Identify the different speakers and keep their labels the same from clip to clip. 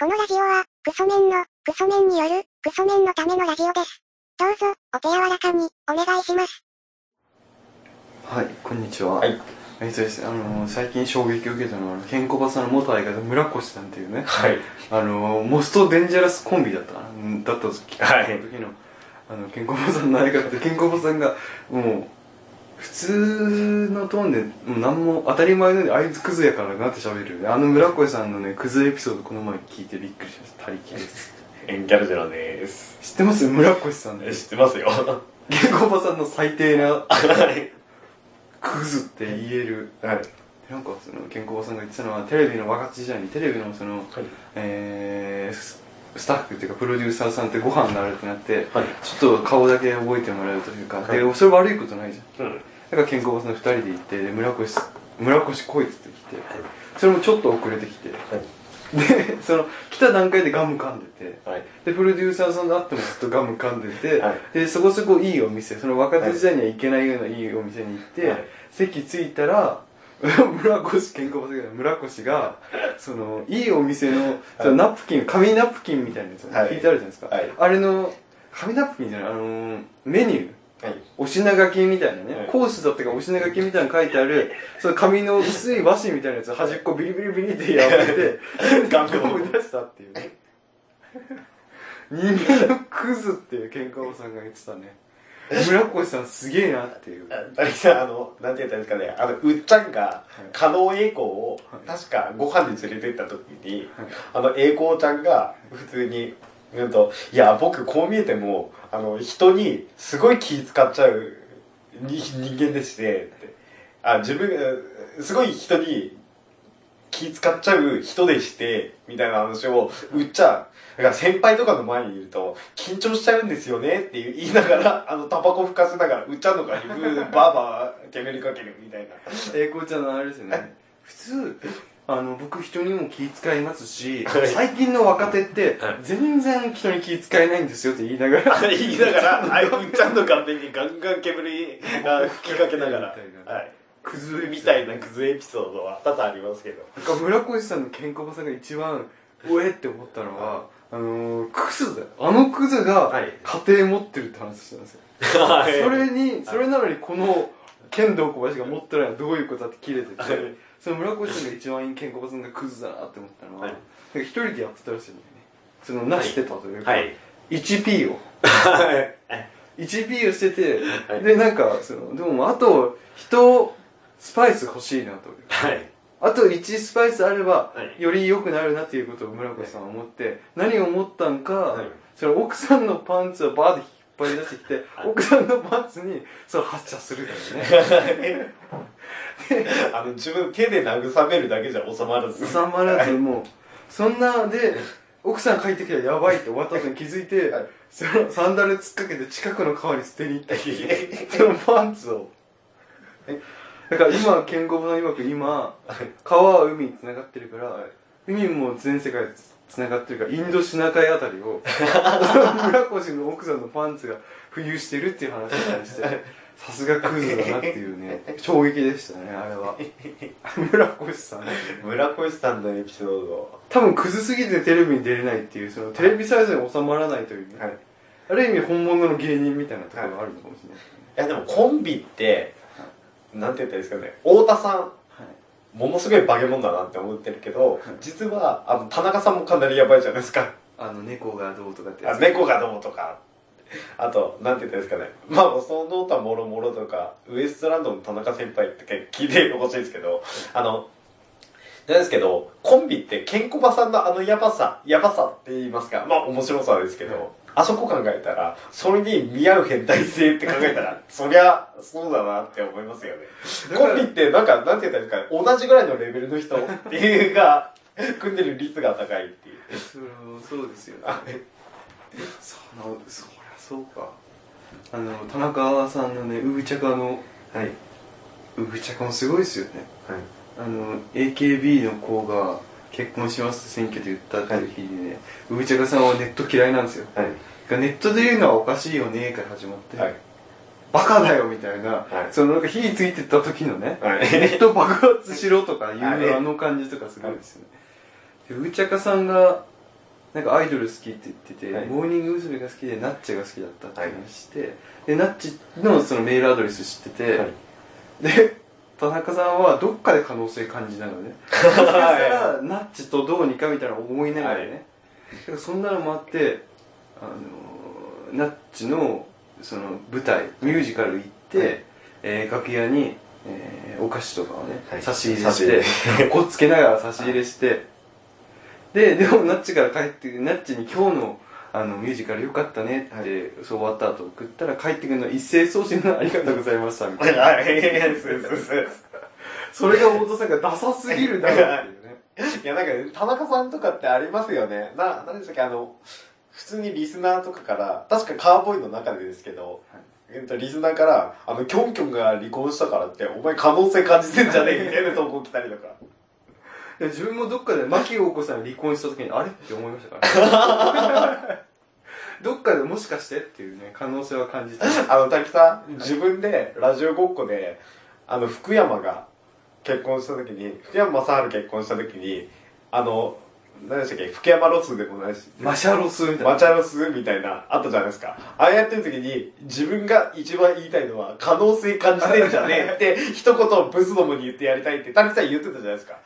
Speaker 1: このラジオは、クソメンの、クソメンによる、クソメンのためのラジオです。どうぞ、お手柔らかに、お願いします。
Speaker 2: はい、こんにちは。
Speaker 3: はい。
Speaker 2: えっとですね、あのー最近衝撃を受けたのは、あのケンコバさんの元相方、村越さんっていうね、
Speaker 3: はい。
Speaker 2: あのーモストデンジャラスコンビだったかな、うんだった時,、
Speaker 3: はい
Speaker 2: 時の、あの、ケンコバさんの相方で、ケンコバさんが、もう、普通のトーンで、もう何も当たり前のように、あいつクズやからなって喋るよね。あの村越さんのね、クズエピソード、この前聞いてびっくりしました。他力です。
Speaker 3: エンキャルジェラです。
Speaker 2: 知ってます村越さん
Speaker 3: え
Speaker 2: で
Speaker 3: 知ってますよ。は
Speaker 2: ケンコバさんの最低な、
Speaker 3: い。
Speaker 2: クズって言える。
Speaker 3: はい。
Speaker 2: なんかその健康さんが言ってたのはテレビの若手時代にテレビのその、えーススタッフっていうかプロデューサーさんってご飯になるってなって、
Speaker 3: はい
Speaker 2: ちょっと顔だけ覚えてもらうというか、
Speaker 3: はい
Speaker 2: でそれ悪いことないじゃん
Speaker 3: うん。
Speaker 2: だから健康さんの2人で行ってで村越村越来いっつってきてそれもちょっと遅れてきてでその来た段階でガム噛んでて
Speaker 3: はい。
Speaker 2: でプロデューサーさんと会ってもずっとガム噛んでて、
Speaker 3: はい
Speaker 2: でそこそこいいお店その若手時代には行けないようないいお店に行って、
Speaker 3: はい
Speaker 2: 席着いたら 村越健康バスケの村越がそのいいお店のそのナプキン紙ナプキンみたいなやつ、
Speaker 3: はい
Speaker 2: 引いてあるじゃないですか、
Speaker 3: はい
Speaker 2: あれの紙ナプキンじゃないあのーメニュー
Speaker 3: はい。
Speaker 2: お品書きみたいなね、
Speaker 3: はい
Speaker 2: コースだったかお品書きみたいなの書いてある、その紙の薄い和紙みたいなやつ端っこビリビリビリって破れて、
Speaker 3: ガム
Speaker 2: を思い出したっていうね。人間のクズっていう喧嘩おさんが言ってたね。村越さんすげえなっていう。
Speaker 3: あれさ、あの、なんて言ったんですかね、あの、うっちゃんが、加納栄光を、確かご飯に連れてった時に、あの、栄光ちゃんが、普通に、うんと、いや、僕こう見えても、あの、人にすごい気使っちゃうに人間でして、ってあ、自分、うんすごい人に気使っちゃう人でして、みたいな話を、うっちゃん、だから先輩とかの前にいると、緊張しちゃうんですよねっていう言いながら、あの、タバコ吹かせながら、うっちゃんの顔にブー、バーバー、煙かけるみたいな。
Speaker 2: 栄光ちゃんのあれですよね。普通、あの、僕人にも気遣いますし
Speaker 3: はい、
Speaker 2: 最近の若手って
Speaker 3: はい、
Speaker 2: 全然人に気遣えないんですよって言いながら、
Speaker 3: 言いながら、あいっちゃんの顔面にガンガン煙が吹きかけながら、はい。
Speaker 2: クズ
Speaker 3: みたい なクズエピソードは多々ありますけど。
Speaker 2: なんか村越さんのケンコバさんが一番うえって思ったのは、あのー、クズだよ。あのクズが
Speaker 3: はい
Speaker 2: 家庭持ってるって話してたんですよ。
Speaker 3: は
Speaker 2: それに、それなのにこの剣道小林が持ってないのはどういうことだって切れてて
Speaker 3: はい、
Speaker 2: その村越さんが一番ケンコバさんがクズだなって思ったのは、
Speaker 3: はい
Speaker 2: なんか一人でやってたらしいんだよね。その、なしてたというか、
Speaker 3: はい。
Speaker 2: 1P を。
Speaker 3: はい。
Speaker 2: 1P をしてて、
Speaker 3: はい
Speaker 2: で、なんか、その、でもあと、人、スパイス欲しいなという。
Speaker 3: はい。
Speaker 2: あと1スパイスあれば
Speaker 3: は、い
Speaker 2: より良くなるなっていうことを村越さんは思って、何を思ったんか、
Speaker 3: はい
Speaker 2: その奥さんのパンツをバーで引っ張り出してきて、
Speaker 3: はい
Speaker 2: 奥さんのパンツに、その発射するんだよね。
Speaker 3: あの、自分手で慰めるだけじゃ収まらず。
Speaker 2: 収まらず、もう、そんなで、奥さん帰ってきたらやばいって終わった後に気づいて
Speaker 3: はい、
Speaker 2: そのサンダル突っかけて近くの川に捨てに行ったり、
Speaker 3: は
Speaker 2: そのパンツを。だから今、ケンコバの曰く今、川は海に繋がってるから、海も全世界つながってるからインドシナ海あたりを 村越の奥さんのパンツが浮遊してるっていう話に対してさすがクズだなっていう ね衝撃でしたねあれは 村越さん
Speaker 3: い。村越さんのエピソード。
Speaker 2: 多分クズすぎてテレビに出れないっていうそのテレビサイズに収まらないというね、
Speaker 3: はい。
Speaker 2: ある意味本物の芸人みたいなところがあるのかもしれないですね
Speaker 3: いや、でもコンビって、なんて言ったらいいですかね、太田さん。
Speaker 2: はい
Speaker 3: ものすごい化け物だなって思ってるけど、実は、あの、田中さんもかなりやばいじゃないですか。
Speaker 2: あの猫がどうとかってや
Speaker 3: あ
Speaker 2: つ
Speaker 3: 猫がどうとかあとなんて言ったんですかねまあその他もろもろとかウエストランドの田中先輩って聞いてほしいんですけどあのなんですけどコンビってケンコバさんのあのヤバさヤバさって言いますかまあ面白さですけど、あそこ考えたらそれに見合う変態性って考えたらそりゃそうだなって思いますよね
Speaker 2: だか
Speaker 3: コ
Speaker 2: ら
Speaker 3: ンビってなんかなんて言ったんですかね同じぐらいのレベルの人っていうが組んでる率が高いっていう
Speaker 2: それもそうですよね
Speaker 3: あ
Speaker 2: そのそりゃそうかあの田中さんのねウグチャカの
Speaker 3: はいはい
Speaker 2: ウグチャカもすごいですよねあの AKB の子が結婚しますって選挙で言ったっていう日にね、ウグチャカさんはネット嫌いなんですよ
Speaker 3: はい
Speaker 2: がネットで言うのはおかしいよねから始まって、
Speaker 3: はい
Speaker 2: バカだよみたいな、
Speaker 3: はい
Speaker 2: そのなんか火ついてった時のね、
Speaker 3: はい
Speaker 2: ネット爆発しろとか言う、
Speaker 3: はい
Speaker 2: あの感じとかすごいですよね。でウーチャカさんがなんかアイドル好きって言ってて、
Speaker 3: はい
Speaker 2: モーニング娘。が好きでナッチが好きだったって話して、でナッチのそのメールアドレス知ってて、
Speaker 3: はい
Speaker 2: で田中さんはどっかで可能性感じなの ねもしかしたらナッチとどうにかみたいな思いながらね、
Speaker 3: は
Speaker 2: だからそんなのもあってあのナッチのその舞台ミュージカル行って、
Speaker 3: はい
Speaker 2: えー楽屋に、えーお菓子とかをね、
Speaker 3: はい
Speaker 2: 差し入れ
Speaker 3: 差
Speaker 2: し
Speaker 3: し入
Speaker 2: て こっつけながら差し入れして、ででもナッチから帰ってナッチに今日のあのミュージカル良かったねって、
Speaker 3: はい
Speaker 2: そう終わった後送ったら帰ってくるの一斉送信のありがとうございましたみたいな
Speaker 3: はい、そうそうそう
Speaker 2: それが太田さんがダサすぎるだろうっていうね
Speaker 3: いや、なんかね、田中さんとかってありますよね。な、何でしたっけ、あの、普通にリスナーとかから、確かカーボーイの中でですけど、
Speaker 2: はい
Speaker 3: えっと、リスナーから、あの、キョンキョンが離婚したからって、お前可能性感じてんじゃねえみたいな投稿来たりとか。
Speaker 2: で自分もどっかで牧陽子さん離婚した時にあれって思いましたから、 ね、どっかでもしかしてっていうね可能性は感じた
Speaker 3: あの、滝さん、自分で、ラジオごっこで、あの、福山が結婚した時に、福山雅治結婚した時に、あの、何でしたっけ、福山ロスでもないし、
Speaker 2: マシャロスみたいな
Speaker 3: マチャロスみたいな、あったじゃないですか。ああやってる時に、自分が一番言いたいのは、可能性感じてんじゃねえって、一言ブスどもに言ってやりたいって、谷さん言ってたじゃないですか。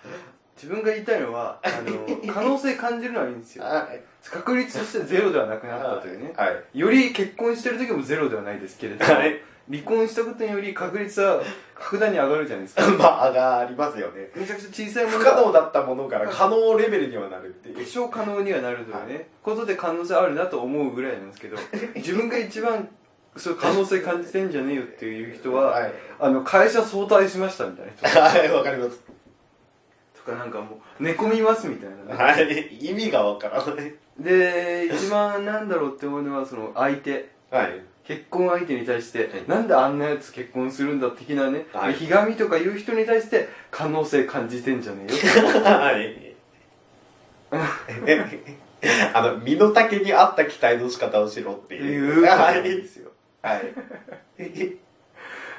Speaker 2: 自分が言いたいのはあ の可能性感じるのはいいんですよ
Speaker 3: はい。
Speaker 2: 確率としてゼロではなくなったというね
Speaker 3: はい。
Speaker 2: より結婚してる時もゼロではないですけれども、
Speaker 3: はい
Speaker 2: 離婚したことにより確率は格段に上がるじゃないです か
Speaker 3: まあ、上がりますよね。
Speaker 2: めちゃくちゃ小さいも
Speaker 3: 不
Speaker 2: の
Speaker 3: 可
Speaker 2: が
Speaker 3: 能だったものから可能レベルにはなるっていう。
Speaker 2: 一生可能にはなるというね、ことで可能性あるなと思うぐらいなんです けど自分が一番そう可能性感じてんじゃねえよっていう人は、
Speaker 3: はい。
Speaker 2: あの会社早退しましたみたいな人
Speaker 3: はい、わかります。
Speaker 2: とかなんかもう寝込みますみたいなね、
Speaker 3: はい。意味がわからない。
Speaker 2: で一番なんだろうって思うのはその相手
Speaker 3: はい。
Speaker 2: 結婚相手に対して、
Speaker 3: い
Speaker 2: なんであんなやつ結婚するんだ的なね、
Speaker 3: はい
Speaker 2: ひがみとか言う人に対して可能性感じてんじゃねえよ
Speaker 3: はい。あの、身の丈に合った期待の仕方をしろって
Speaker 2: って
Speaker 3: い。
Speaker 2: いうう
Speaker 3: はい。
Speaker 2: ですよ
Speaker 3: はい。
Speaker 2: で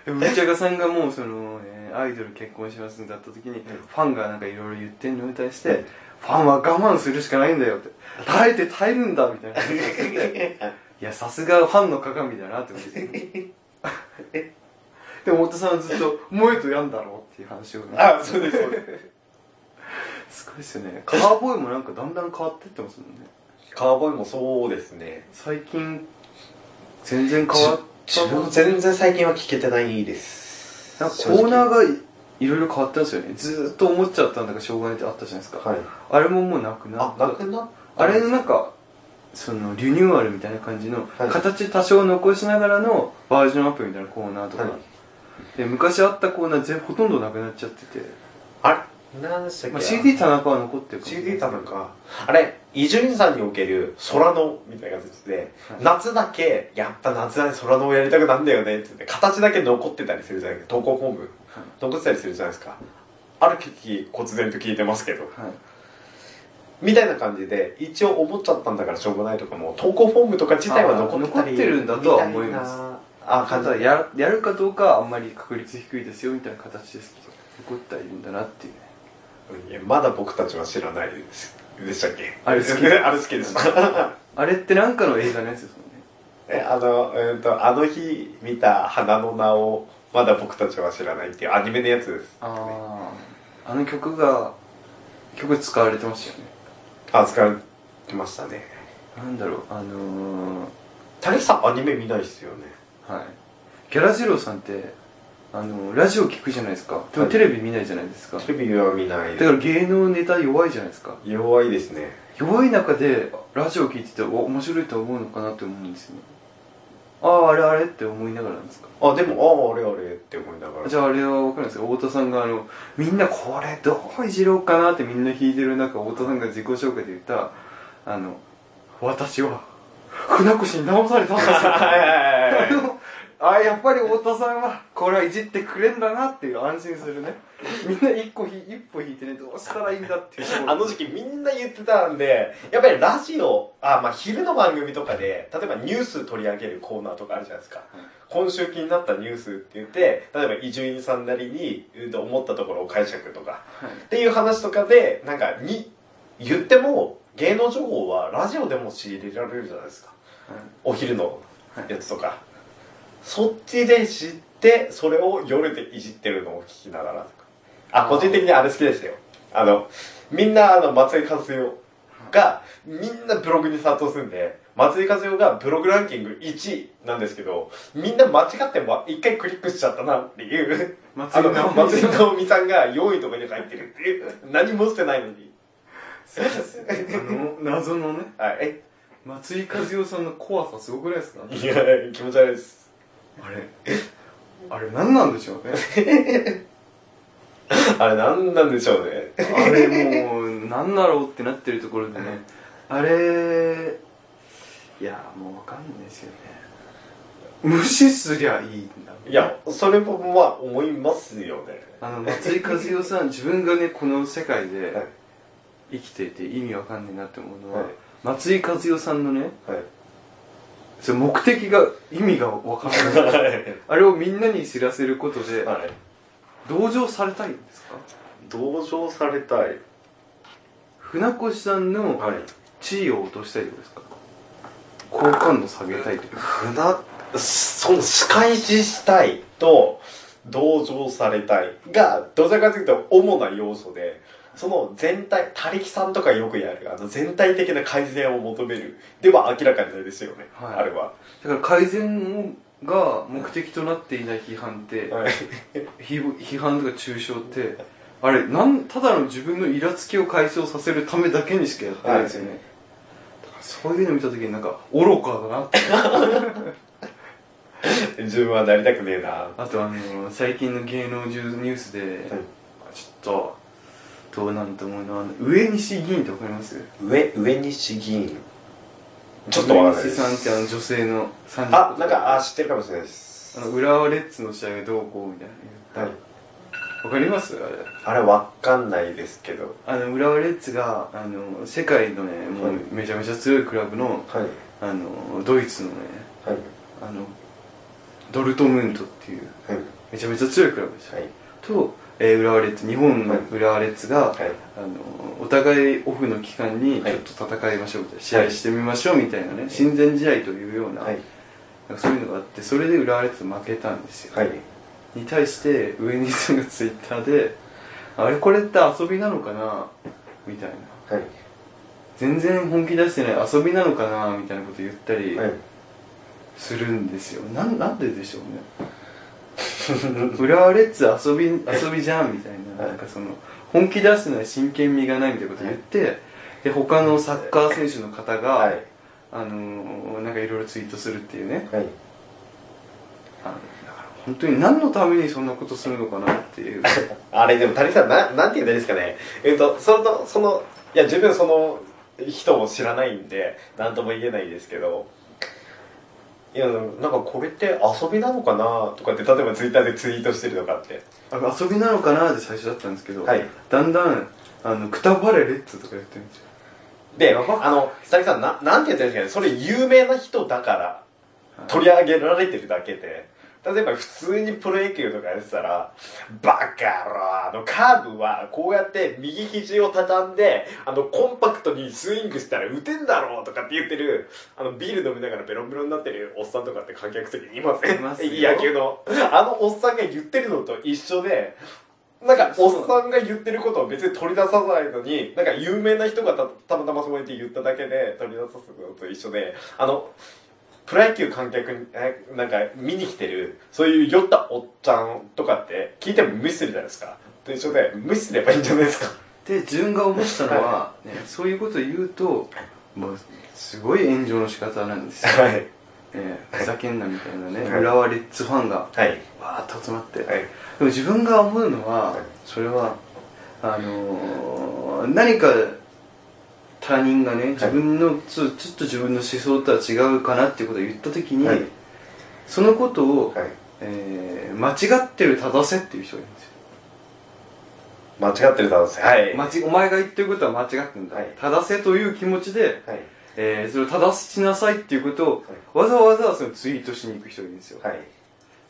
Speaker 2: ぶっちゃかさんがもうその、ねアイドル結婚しますんだった時に、ファンがなんかいろいろ言ってんのに対して、ファンは我慢するしかないんだよって耐えて耐えるんだみたい な話をしてていや、さすがファンの鏡だなって思って。 でも、太田さんはずっと、萌えとやんだろうっていう話をね。
Speaker 3: あ、そうです、そうです。
Speaker 2: すごいですよね。カーボーイもなんかだんだん変わってってますもんね。
Speaker 3: カーボーイもそうですね。
Speaker 2: 最近、全然変わった
Speaker 3: 自
Speaker 2: な。
Speaker 3: 分全然最近は聞けてないです。
Speaker 2: なんかコーナー
Speaker 3: が。
Speaker 2: がいいろいろ変わってますよね。ずーっと思っちゃったんだかしょうがないってあったじゃないですか。
Speaker 3: はい。
Speaker 2: あれももうなくな
Speaker 3: あ
Speaker 2: っ、
Speaker 3: な
Speaker 2: た。
Speaker 3: くなっ
Speaker 2: あれのなんか、そのリニューアルみたいな感じの、
Speaker 3: はい
Speaker 2: 形多少残しながらのバージョンアップみたいなコーナーとか、
Speaker 3: はい
Speaker 2: で昔あったコーナー全ほとんどなくなっちゃってて、
Speaker 3: あれなんでしたっけ、
Speaker 2: まあ、CD 田中は残ってるかも
Speaker 3: CD たのか。あれ、伊集院さんにおける空のみたいな形で、
Speaker 2: はい
Speaker 3: 夏だけ、やっぱ夏だけ空のをやりたくなんだよねってって、形だけ残ってたりするじゃないですか。投稿フォーム、残ってたりするじゃないですか。ある時、忽然と聞いてますけど。
Speaker 2: はい
Speaker 3: みたいな感じで、一応思っちゃったんだからしょうがないとかも、投稿フォームとか自体は残ってたり
Speaker 2: あー残ってるんだとは思います
Speaker 3: みたいな。あー、
Speaker 2: た
Speaker 3: 感じ
Speaker 2: だややるかどうかはあんまり確率低いですよみたいな形ですけど残ってはいるんだなっていうね
Speaker 3: いやまだ僕たちは知らないです。でしたっけ
Speaker 2: あれ好き
Speaker 3: あれ好き でした。
Speaker 2: あれってなんかの映画のやつですもんね
Speaker 3: え、あの、えーと、あの日見た花の名を、まだ僕たちは知らないっていうアニメのやつです。
Speaker 2: あああの曲が曲使われてましたよね
Speaker 3: あ、使われてましたね。
Speaker 2: なんだろうあのー、
Speaker 3: 谷さんアニメ見ないっすよね。
Speaker 2: はいギャラジローさんってあのラジオ聞くじゃないですかでもテレビ見ないじゃないですか、
Speaker 3: テレビは見ない
Speaker 2: だから芸能ネタ弱いじゃないですか
Speaker 3: 弱いですね。
Speaker 2: 弱い中でラジオ聞いててお面白いと思うのかなって思うんですよねあああれあれって思いながらなんですか
Speaker 3: あ、でも、ああ、あれあれって思いながら。
Speaker 2: じゃああれは分かるんですよ太田さんがあのみんなこれどういじろうかなってみんな弾いてる中太田さんが自己紹介で言ったあの私は船越に直された んですよ
Speaker 3: はいはい はい
Speaker 2: あ
Speaker 3: はい。
Speaker 2: のあやっぱり太田さんはこれはいじってくれんだなっていう安心するねみんな一個ひ一歩引いてねどうしたらいいんだっていう
Speaker 3: あの時期みんな言ってたんで、やっぱりラジオ、あ、まあ昼の番組とかで、例えばニュース取り上げるコーナーとかあるじゃないですか。今週気になったニュースって言って、例えば伊集院さんなりに、うんと思ったところを解釈とか、
Speaker 2: はい
Speaker 3: っていう話とかで、なんか、に、言っても、芸能情報はラジオでも仕入れられるじゃないですか。
Speaker 2: はい
Speaker 3: お昼のやつとか。そっちで知って、それを夜でいじってるのを聞きながらとか。あ、個人的にあれ好きでしたよ。あの、みんなあの、松井和代が、みんなブログに殺到するんで、松井和代がブログランキング1位なんですけど、みんな間違っても一回クリックしちゃったなっていう。
Speaker 2: 松
Speaker 3: あ
Speaker 2: 井
Speaker 3: の、
Speaker 2: 直
Speaker 3: 松井直美さんが4位とかに入ってるっていう。何もしてないのに。
Speaker 2: あの謎のね
Speaker 3: はい。え
Speaker 2: 松井和代さんの怖さすごくないですか
Speaker 3: いや、気持ち悪いです。
Speaker 2: あれあれ何なんでしょうね
Speaker 3: あれ、なんなんでしょうね。
Speaker 2: あれもう何だろうってなってるところでねあれいやもう分かんないですよね無視すりゃいいんだ
Speaker 3: いや、それもまあ、思いますよね。
Speaker 2: あの松井和代さん自分がねこの世界で
Speaker 3: はい
Speaker 2: 生きていて意味わかんねえなって思うのは、
Speaker 3: はい
Speaker 2: 松井和代さんのね
Speaker 3: はい。
Speaker 2: その目的が意味がわからない
Speaker 3: は
Speaker 2: あれをみんなに知らせることで、
Speaker 3: い。
Speaker 2: 同情されたいんですか
Speaker 3: 同情されたい。
Speaker 2: 船越さんの
Speaker 3: はい。
Speaker 2: 地位を落としたいとかですか好感度下げたいとか
Speaker 3: 船、その、仕返ししたいと、同情されたいが、どちらかというと、主な要素で、その全体、他力さんとかよくやる、あの全体的な改善を求める。では明らかにないですよね。
Speaker 2: はい
Speaker 3: あれは。
Speaker 2: だから改善をが目的となっていない批判って、
Speaker 3: はい。
Speaker 2: 批批判とか中傷ってあれなんただの自分のイラつきを解消させるためだけにしかやってないですよね、だからそういうの見た時になんか愚かだなって
Speaker 3: 自分はなりたくねえな。
Speaker 2: あとあの最近の芸能ニュースで、ちょっとどうなんと思うのはあの上西議員ってわかります
Speaker 3: 上、上西議員。ちょっとわかんないで
Speaker 2: 上西さんって
Speaker 3: す。
Speaker 2: あの女性の30
Speaker 3: あ、なんか、あ、知ってるかもしれないで
Speaker 2: あ
Speaker 3: す
Speaker 2: の。浦和レッズの試合がどうこうみたいなの言った、
Speaker 3: はい
Speaker 2: わかりますあれ
Speaker 3: あれ、わかんないですけど。
Speaker 2: あの浦和レッズがあの世界のねも
Speaker 3: はいう
Speaker 2: めちゃめちゃ強いクラブの
Speaker 3: はい。
Speaker 2: あのドイツのね
Speaker 3: はい。
Speaker 2: あのドルトムントっていう
Speaker 3: はい。
Speaker 2: めちゃめちゃ強いクラブでした、
Speaker 3: はい。
Speaker 2: と、えー浦和レッズ日本の浦和レッズが、
Speaker 3: はい。
Speaker 2: あのお互いオフの期間にち
Speaker 3: はい
Speaker 2: ょっと戦いましょうみたいな、試合してみましょうみたいなね親善試合というような,、
Speaker 3: はい。
Speaker 2: なんかそういうのがあってそれで浦和レッズ負けたんですよ、
Speaker 3: はい。
Speaker 2: に対して上西さんがツイッターで「あれこれって遊びなのかな?」みたいな
Speaker 3: はい。
Speaker 2: 全然本気出してない遊びなのかなみたいなこと言ったり
Speaker 3: はい。
Speaker 2: するんですよ、なんなんででしょう ね浦和レッズ遊び遊びじゃんみたいな
Speaker 3: はい
Speaker 2: なんかその本気出してない真剣味がないみたいなこと言って、で他のサッカー選手の方が、
Speaker 3: はい。
Speaker 2: あのーなんかいろいろツイートするっていうね
Speaker 3: はい。
Speaker 2: あのだから本当に何のためにそんなことするのかなっていう
Speaker 3: あれ、でも、谷さん、な、なんて言うんですかね。えっと、その、その、いや、自分その人を知らないんで、なんとも言えないですけど、いや、なんかこれって遊びなのかなとかって、例えばツイッターでツイートしてるとかって。
Speaker 2: あの遊びなのかなって最初だったんですけど、
Speaker 3: はい
Speaker 2: だんだんあのくたばれレッツとか言ってるんですよ
Speaker 3: で、
Speaker 2: やば
Speaker 3: あの、久々さん、な、なんて言ったらいいんですかね、それ有名な人だから、取り上げられてるだけで、例えば普通にプロ野球とかやってたら、バカ野郎、あのカーブはこうやって右肘を畳んで、あのコンパクトにスイングしたら打てんだろうとかって言ってる、あのビール飲みながらベロンベロンになってるおっさんとかって観客席にいません
Speaker 2: いますよ
Speaker 3: 野球の。あのおっさんが言ってるのと一緒で、なんか、おっさんが言ってることを別に取り出さないのに、なんか有名な人がたたまたまそうやって言っただけで取り出さすのと一緒で、あの、プロ野球観客に、えなんか見に来てる、そういう酔ったおっちゃんとかって聞いても無視するじゃないですか。と一緒で、無視すればいいんじゃないですか。
Speaker 2: で自分が思ったのは、ね、そういうことを言うと、まあ、すごい炎上の仕方なんですよ、
Speaker 3: はい。
Speaker 2: ええふざけんなみたいなね
Speaker 3: はい
Speaker 2: 浦和レッズファンが
Speaker 3: はい。
Speaker 2: わーっと集まって、
Speaker 3: は
Speaker 2: で
Speaker 3: い。
Speaker 2: も自分が思うのは
Speaker 3: はい
Speaker 2: それはあのー何か他人がね自分の、ちょちょっと自分の思想とは違うかなっていうことを言った時に、
Speaker 3: はい
Speaker 2: そのことを、
Speaker 3: はい。
Speaker 2: えー間違ってる正せっていう人がいるんですよ
Speaker 3: 間違ってるだろうです。はい。
Speaker 2: まちお前が言ってることは間違ってんだ、
Speaker 3: はい
Speaker 2: 正せという気持ちで、
Speaker 3: はい。
Speaker 2: えーそれを正しなさいっていうことを、わざわざそのツイートしに行く人がいるんですよ、
Speaker 3: は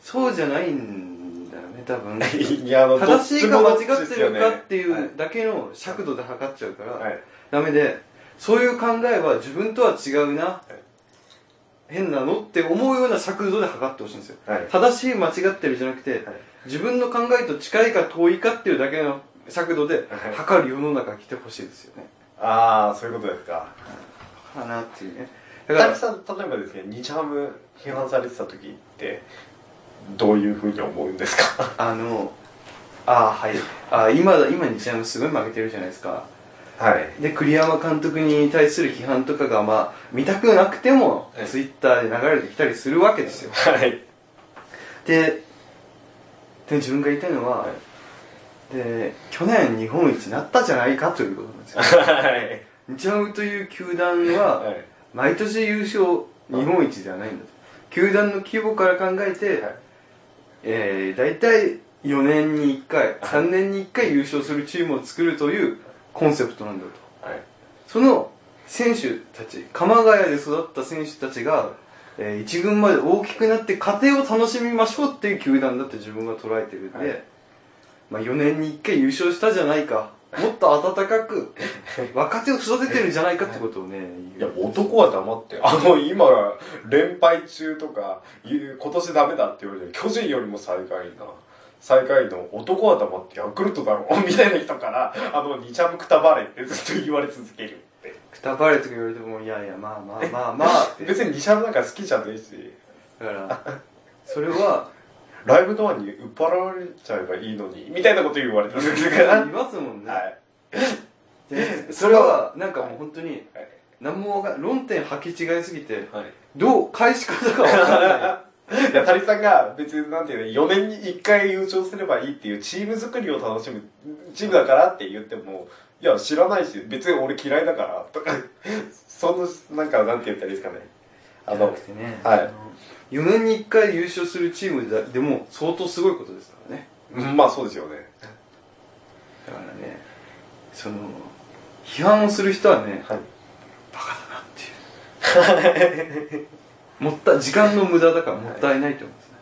Speaker 2: そうじゃないんだよね多 分
Speaker 3: い。いや、あの、
Speaker 2: 正しいか間違ってるかってい
Speaker 3: どっちもどっちですよね
Speaker 2: うだけの尺度で測っちゃうから、
Speaker 3: はい。
Speaker 2: ダメでそういう考えは自分とは違うな、変なのって思うような尺度で測ってほしいんですよ。
Speaker 3: はい
Speaker 2: 正しい間違ってるじゃなくて、自分の考えと近いか遠いかっていうだけの尺度で測る世の中に来てほしいですよね。
Speaker 3: ああそういうことですか
Speaker 2: かなっていうね。だか
Speaker 3: 大木
Speaker 2: ら、
Speaker 3: さん例えばですね日ハム批判されてた時ってどういうふうに思うんですか
Speaker 2: あの、ああ、はい。ああ、今だ、今日ハムすごい負けてるじゃないですか。
Speaker 3: はい
Speaker 2: で、栗山監督に対する批判とかが、まあ、見たくなくても
Speaker 3: は、い
Speaker 2: ツイッターで流れてきたりするわけですよ。
Speaker 3: はい
Speaker 2: で、で、自分が言いたいのは、
Speaker 3: は
Speaker 2: で、去年日本一になったじゃないかということなんですよ。
Speaker 3: はい
Speaker 2: 日ハムという球団は、
Speaker 3: い
Speaker 2: 毎年優勝、日本一ではないんだと。球団の規模から考えて、
Speaker 3: はい
Speaker 2: えー、大体4年に1回、3年に1回優勝するチームを作るというコンセプトなんだと。
Speaker 3: はい
Speaker 2: その選手たち、鎌ヶ谷で育った選手たちが、えー一軍まで大きくなって家庭を楽しみましょうっていう球団だって自分が捉えてるんで、
Speaker 3: はい
Speaker 2: まあ、4年に1回優勝したじゃないか、もっと温か く若手を育ててるんじゃないかってことをね、
Speaker 3: い
Speaker 2: 言
Speaker 3: や
Speaker 2: う
Speaker 3: 男は黙ってあの今連敗中とかいう今年ダメだって言われて巨人よりも最下位な最下位の男は黙ってヤクルトだろみたいな人からあの二ちゃんくたばれってずっと言われ続けるって
Speaker 2: くたばれとか言われても、いやいや、まあまあまあまあって。だ
Speaker 3: 別に二ちゃんなんか好きじゃないし
Speaker 2: から、それは、
Speaker 3: ライブドアに売っ払われちゃえばいいのにみたいなこと言われてる
Speaker 2: 言
Speaker 3: から
Speaker 2: いますもんね。
Speaker 3: はい
Speaker 2: でそれは、なんかもう本当に、何もわかん論点履き違いすぎて、
Speaker 3: はい
Speaker 2: どう返し方がわからない。
Speaker 3: いや、谷さんが別になんていうの、4年に1回優勝すればいいっていうチーム作りを楽しむ、チームだからって言っても、いや、知らないし、別に俺嫌いだから、とか、その、なんか、なんて言ったらいいですかね。あ
Speaker 2: じゃな
Speaker 3: の
Speaker 2: く、てね、
Speaker 3: はい
Speaker 2: あの4年に1回優勝するチームだでも相当すごいことですからね
Speaker 3: まあそうですよね。
Speaker 2: だからねその批判をする人はね
Speaker 3: はい。
Speaker 2: バカだなって いうもった時間の無駄だからもったいないと思うんですね、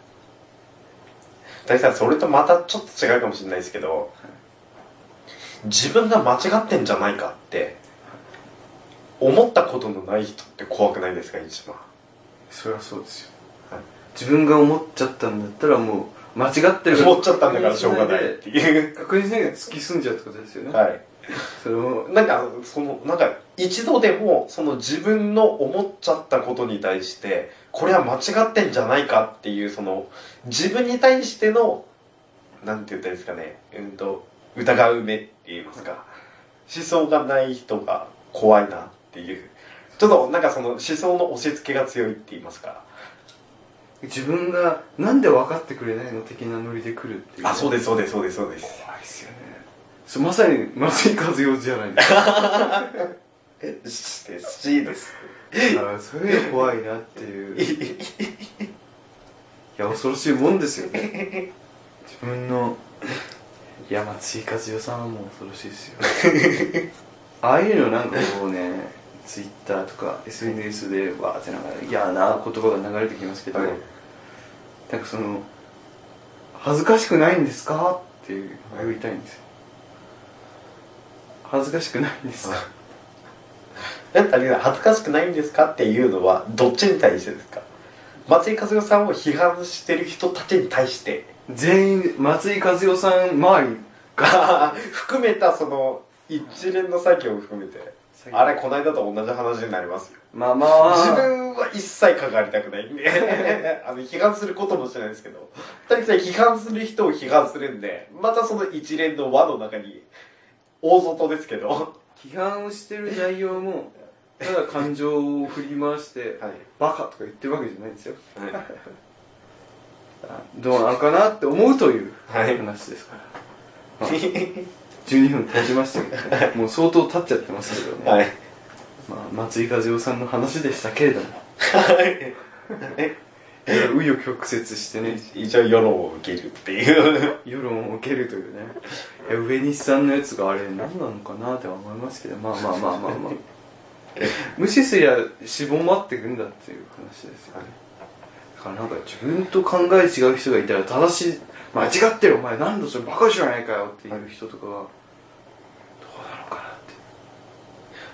Speaker 3: 谷さん、それとまたちょっと違うかもしれないですけど、自分が間違ってんじゃないかって、思ったことのない人って怖くないですか、一番。
Speaker 2: それはそうですよ、
Speaker 3: はい
Speaker 2: 自分が思っちゃったんだったらもう間違ってる
Speaker 3: 思っちゃったんだからしょうがないっていう。
Speaker 2: 確認しないで突き進んじゃうってことですよね、
Speaker 3: はい。
Speaker 2: その
Speaker 3: なんか、その、なんか、一度でも、その自分の思っちゃったことに対して、これは間違ってんじゃないかっていう、その、自分に対しての、なんて言ったらいいですかね、うんと、疑う目って言いますか、思想がない人が怖いなっていう、ちょっとなんかその思想の押し付けが強いって言いますか、
Speaker 2: 自分がなんで分かってくれないの的なノリで来るっていう
Speaker 3: あ、そうです、そうです、そうです、そうです。
Speaker 2: 怖いですよねそまさに松井和代じゃないですか
Speaker 3: え、しです、しです。
Speaker 2: あそれが怖いなっていういや恐ろしいもんですよね 自分のいや松井和代さんはもう恐ろしいですよ ああいうのなんかこうねツイッターとか SNS でわーってなんか嫌な言葉が流れてきますけど、
Speaker 3: はい
Speaker 2: なんかその恥ずかしくないんですかっていうあれを言いたいんですよ恥ずかしくないんですか、
Speaker 3: え、谷さん、恥ずかしくないんですかっていうのは、どっちに対してですか松井和代さんを批判してる人たちに対して、
Speaker 2: 全員松井和代さん周り
Speaker 3: が、含めたその、一連の作業を含めて、あれ、この間と同じ話になりますよ。
Speaker 2: まあま
Speaker 3: 自
Speaker 2: あ
Speaker 3: 分は一切関わりたくないんで、あの、批判することもしないですけど、谷さん、批判する人を批判するんで、またその一連の輪の中に、大外ですけど、は
Speaker 2: 批判をしてる内容もただ感情を振り回 してバカとか言ってるわけじゃないんですよ
Speaker 3: い。
Speaker 2: あ どうなのかなって思うという
Speaker 3: はい
Speaker 2: 話ですから、まあ、12分経ちましたけど、ね、もう相当経っちゃってますけどね、
Speaker 3: はい。
Speaker 2: まあ、松井和代さんの話でしたけれども
Speaker 3: はい。
Speaker 2: いや紆余曲折してね
Speaker 3: 一応世論を受けるっていう
Speaker 2: 世論を受けるというねいや上西さんのやつがあれ何なのかなっては思いますけどまあまあまあまあまあ無視すりゃしぼまってくんだっていう話ですよねだからなんか自分と考え違う人がいたら正しい間違ってるお前何だそれバカじゃないかよっていう人とかはどうなのかなって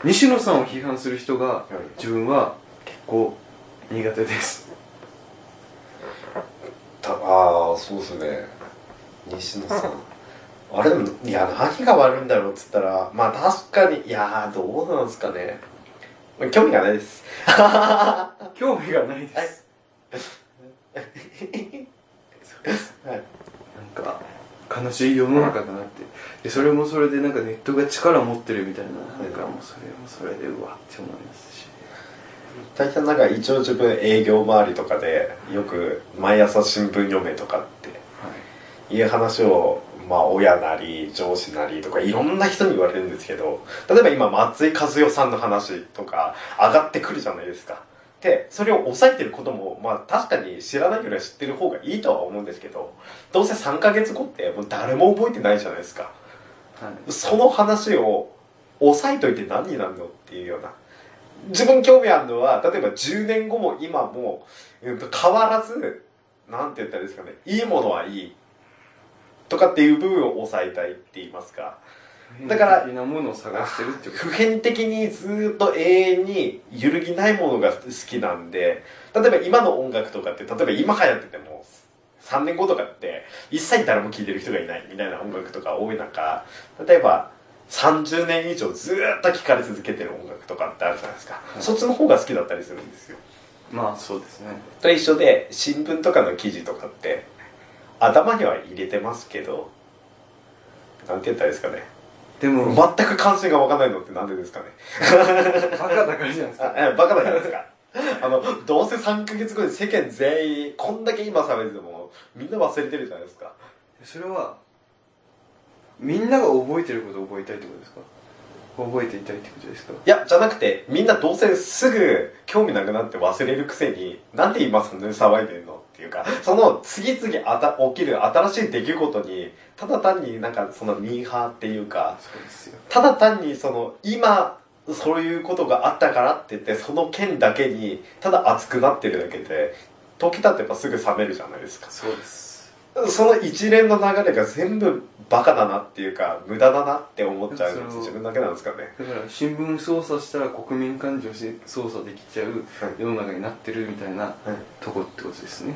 Speaker 2: 西野さんを批判する人が
Speaker 3: い
Speaker 2: 自分は結構苦手です
Speaker 3: たああそうですね西野さんあれでもいや何が悪いんだろうっつったらまあ確かにいやーどうなんですかね興味がないですは
Speaker 2: 興味がないです、
Speaker 3: い
Speaker 2: なんか悲しい世の中だなってでそれもそれでなんかネットが力持ってるみたいななんかもうそれもそれでうわって思いますし
Speaker 3: 大体なんか一応自分営業周りとかでよく毎朝新聞読めとかっ
Speaker 2: はい
Speaker 3: ていう話をまあ親なり上司なりとかいろんな人に言われるんですけど例えば今松井和代さんの話とか上がってくるじゃないですかでそれを抑えてることもまあ確かに知らないよりは知ってる方がいいとは思うんですけどどうせ3ヶ月後ってもう誰も覚えてないじゃないですか
Speaker 2: はい
Speaker 3: その話を抑えといて何になるのっていうような自分興味あるのは例えば10年後も今も、うんと変わらずなんて言ったらいいですかねいいものはいいとかっていう部分を抑えたいって言いますかだから
Speaker 2: 変なものを探してるってこと
Speaker 3: 普遍的にずーっと永遠に揺るぎないものが好きなんで例えば今の音楽とかって例えば今流行ってても3年後とかって一切誰も聴いてる人がいないみたいな音楽とか多い中例えば30年以上ずーっと聴かれ続けてる音楽とかってあるじゃないですか、
Speaker 2: い
Speaker 3: そっちの方が好きだったりするんですよ
Speaker 2: まあそうですね
Speaker 3: と一緒で新聞とかの記事とかって頭には入れてますけどなんて言ったらいいですかね
Speaker 2: でも、バ
Speaker 3: 全く関心が湧かないのってなんでですかね
Speaker 2: カだからじゃないですか
Speaker 3: あえバカだからですかあのどうせ3ヶ月後に世間全員こんだけ今冷めててもみんな忘れてるじゃないですか
Speaker 2: それはみんなが覚えてることを覚えたいってことですか覚えていたいってことですか
Speaker 3: いやじゃなくてみんなどうせすぐ興味なくなって忘れるくせになんで今そんなに騒いでんのっていうかその次々あた起きる新しい出来事にただ単になんかそのミーハーっていうか
Speaker 2: そうですよ
Speaker 3: ただ単にその今そういうことがあったからって言ってその件だけにただ熱くなってるだけで時たってやっぱすぐ冷めるじゃないですか
Speaker 2: そうです
Speaker 3: その一連の流れが全部バカだなっていうか無駄だなって思っちゃう
Speaker 2: そ
Speaker 3: の
Speaker 2: の
Speaker 3: 自分だけなんですかね
Speaker 2: だから新聞操作したら国民感情し操作できちゃう
Speaker 3: はい
Speaker 2: 世の中になってるみたいな
Speaker 3: はい
Speaker 2: とこってことですね、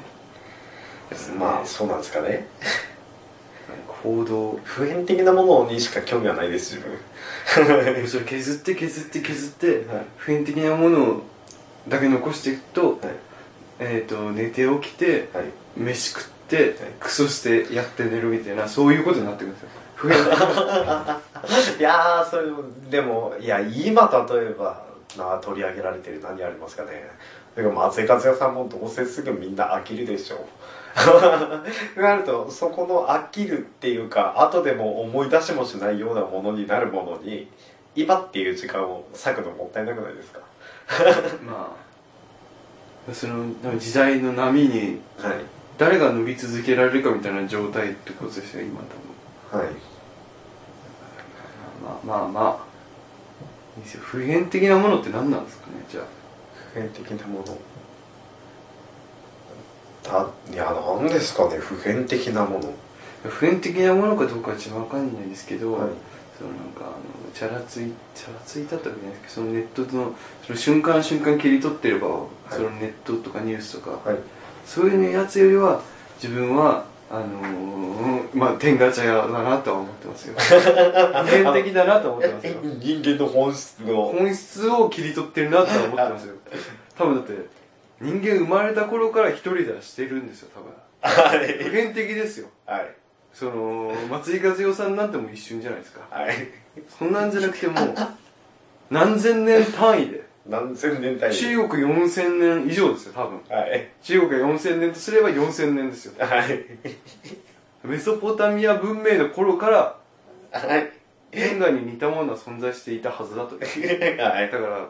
Speaker 3: まあ
Speaker 2: そ
Speaker 3: そうなんですか
Speaker 2: う
Speaker 3: ね
Speaker 2: なんか報道
Speaker 3: 普遍的なものにしか興味はないです 自
Speaker 2: でもそれ削って削って削って
Speaker 3: 分はい
Speaker 2: 普遍的なものだけ残していくと,、
Speaker 3: はい
Speaker 2: えー、と寝て起きて
Speaker 3: はい
Speaker 2: 飯食ってクソしてやって寝るみたいなそういうことになってくるんですよ不変だ
Speaker 3: いやーそれもでもいや今例えばな取り上げられてる何ありますかねだから松井和也さんもどうせすぐみんな飽きるでしょ うなるとそこの飽きるっていうか後でも思い出しもしないようなものになるものに今っていう時間を割くのもったいなくないですか
Speaker 2: まあその多分時代の波に
Speaker 3: はい
Speaker 2: 誰が伸び続けられるかみたいな状態ってことですよ今多
Speaker 3: はい
Speaker 2: 分まあまあまあいいですよ普遍的なものって何なんですかねじゃあ
Speaker 3: 普遍的なものたいや何ですかね普遍的なもの
Speaker 2: 普遍的なものかどうかは一番わかんないですけど、
Speaker 3: はい
Speaker 2: そのなんかあのチャラついチャラついたってわけじゃないですけどそのネットのその瞬間瞬間切り取ってれば、
Speaker 3: い
Speaker 2: そのネットとかニュースとか、
Speaker 3: はい
Speaker 2: そういうやつよりは自分はあのー、まあ天ガチャ屋だなとは思ってます よ普遍的だなとは思ってますよ
Speaker 3: 人間の本質の
Speaker 2: 本質を切り取ってるなとは思ってますよ 多分だって人間生まれた頃から一人ではしてるんですよ多分
Speaker 3: はい
Speaker 2: 普遍的ですよ
Speaker 3: はい。
Speaker 2: その松井和代さんなんてもう一瞬じゃないですか
Speaker 3: はい。
Speaker 2: そんなんじゃなくてもう何千年単位で
Speaker 3: 何千年単位。
Speaker 2: 中国4000年以上ですよ多分
Speaker 3: はい。
Speaker 2: 中国が4000年とすれば4000年ですよ
Speaker 3: はい。
Speaker 2: メソポタミア文明の頃から
Speaker 3: はい。
Speaker 2: 天下に似たものは存在していたはずだとだ
Speaker 3: はい。
Speaker 2: から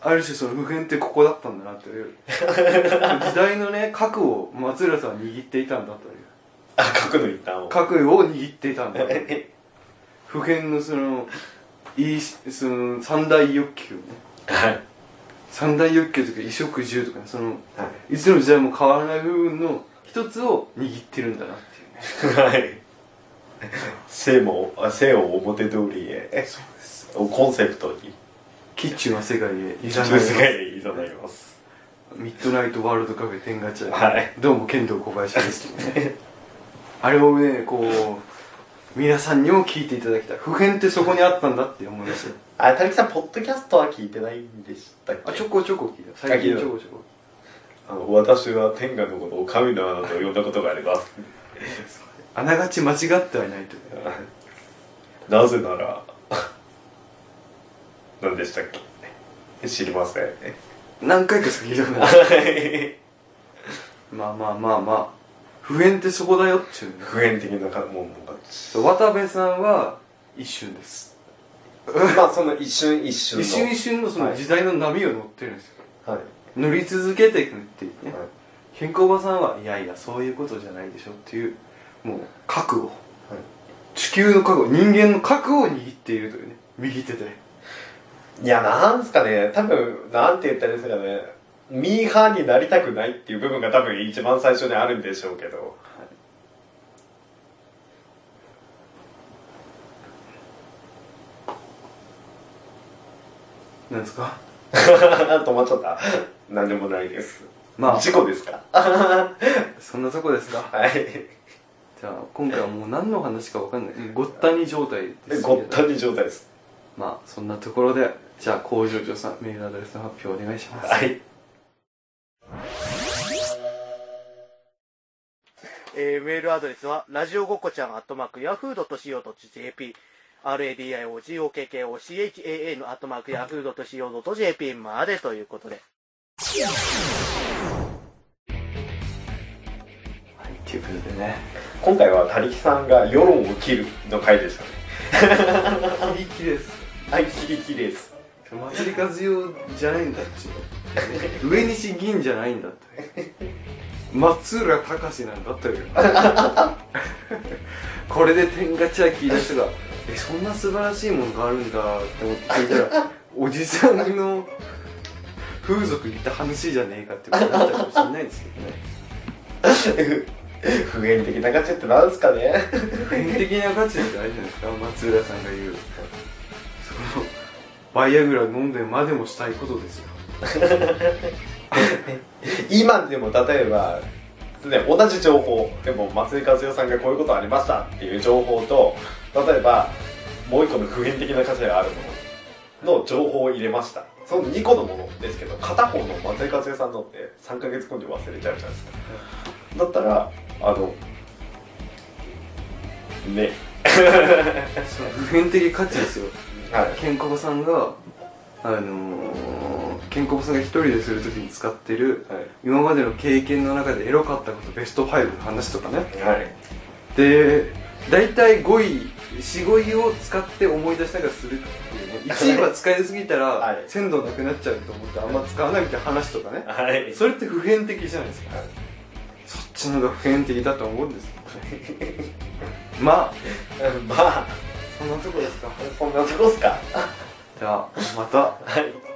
Speaker 2: ある種その普遍ってここだったんだなという時代のね核を松浦さんは握っていたんだという
Speaker 3: あ、書くの一旦を。
Speaker 2: 核を握っていたんだという普遍のそのいいその三大欲求をね
Speaker 3: はい。
Speaker 2: 三大欲求とか衣食住とかねそのいつの時代も変わらない部分の一つを握ってるんだなっていうね
Speaker 3: はい。生も、あ生を表通りへ。
Speaker 2: うです
Speaker 3: をコンセプトに。
Speaker 2: キッチュな世界へい
Speaker 3: 世
Speaker 2: ざない
Speaker 3: 界でいただきます。
Speaker 2: ミッドナイトワールドカフェ天ガチャ、
Speaker 3: はい
Speaker 2: どうも剣道小林です、あれをねこう皆さんにも聞いていただきたい普遍ってそこにあったんだって思いましたよ
Speaker 3: あ、たりきさん、ポッドキャストは聞いてないんでしたっけ
Speaker 2: あちょこちょこ聞いた最近
Speaker 3: あ聞いた
Speaker 2: ちょこちょこ
Speaker 3: あの私は天下のことを神の穴と呼んだことがあり ます。
Speaker 2: あながち間違ってはいないという
Speaker 3: なぜなら、何でしたっけ知りま せん。
Speaker 2: 何回かしか聞いたこと ない
Speaker 3: 普
Speaker 2: まあまあまあまあ普遍ってそこだよっていうね
Speaker 3: 遍的なかもんが。
Speaker 2: 渡部さんは一瞬です
Speaker 3: まあ、その一瞬一瞬の。
Speaker 2: 一瞬一瞬のその時代の波を乗ってるんですよ、
Speaker 3: はい。
Speaker 2: 乗り続けていくっていうね、
Speaker 3: はい
Speaker 2: 健康おばさんはいやいやそういうことじゃないでしょっていうもう覚悟、地球の覚悟人間の覚悟を握っているというね右手で
Speaker 3: いや、なんすかね、多分、なんて言ったらいいですかね、ミーハーになりたくないっていう部分が多分一番最初にあるんでしょうけど。
Speaker 2: なんですか
Speaker 3: 止まっちゃった。なんでもないです。
Speaker 2: まあ
Speaker 3: 事故ですか
Speaker 2: そんなとこですか
Speaker 3: はい。
Speaker 2: じゃあ今回はもう何の話かわかんないごったに状態ですけど
Speaker 3: ごったに状態です。
Speaker 2: まあそんなところでじゃあ工場長さんメールアドレスの発表お願いします、
Speaker 3: はい。
Speaker 4: えーメールアドレスは、ラジオごっこちゃん、アットマーク、ヤフードと .co.jp、radiogokkochan、アットマーク、ヤフードと .co.jp までということで。
Speaker 2: はい、ということでね
Speaker 3: 今回は、たりきさんが世論を切るの回でしたね。
Speaker 2: 切り切れです
Speaker 3: はい、キリキリです。
Speaker 2: 祭り数用じゃないんだっていう上西銀じゃないんだって松浦隆なんだというこれで天ガチャ聞いた人がえそんな素晴らしいものがあるんだって思って聞いたらおじさんの風俗行った話じゃねえかってことになっちゃうかもしれないですけどね
Speaker 3: 普遍的なガチャってなんすかね
Speaker 2: 普遍的な価値ってあれじゃないですか松浦さんが言うそのバイアグラ飲んでまでもしたいことですよ
Speaker 3: 今でも例えば、ね、同じ情報でも松井和代さんがこういうことありましたっていう情報と例えばもう一個の普遍的な価値があるものの情報を入れましたその2個のものですけど片方の松井和代さんのって3ヶ月後に忘れちゃうじゃないですかだったらあのね
Speaker 2: その普遍的価値ですよ
Speaker 3: はい
Speaker 2: ケンコバさんがあのー、ケンコバさんが一人でするときに使ってる
Speaker 3: はい
Speaker 2: 今までの経験の中でエロかったことベスト5の話とかね
Speaker 3: はい
Speaker 2: で大体5位45位を使って思い出しながらするっていうね1位は使いすぎた
Speaker 3: は
Speaker 2: ら
Speaker 3: い
Speaker 2: 鮮度なくなっちゃうと思ってあんま使わないみたいな話とかね
Speaker 3: はい
Speaker 2: それって普遍的じゃないですか
Speaker 3: はい
Speaker 2: そっちの方が普遍的だと思うんです けどねまあ
Speaker 3: まあ
Speaker 2: そんなとこですか
Speaker 3: そんなとこっすか
Speaker 2: じゃあまた
Speaker 3: はい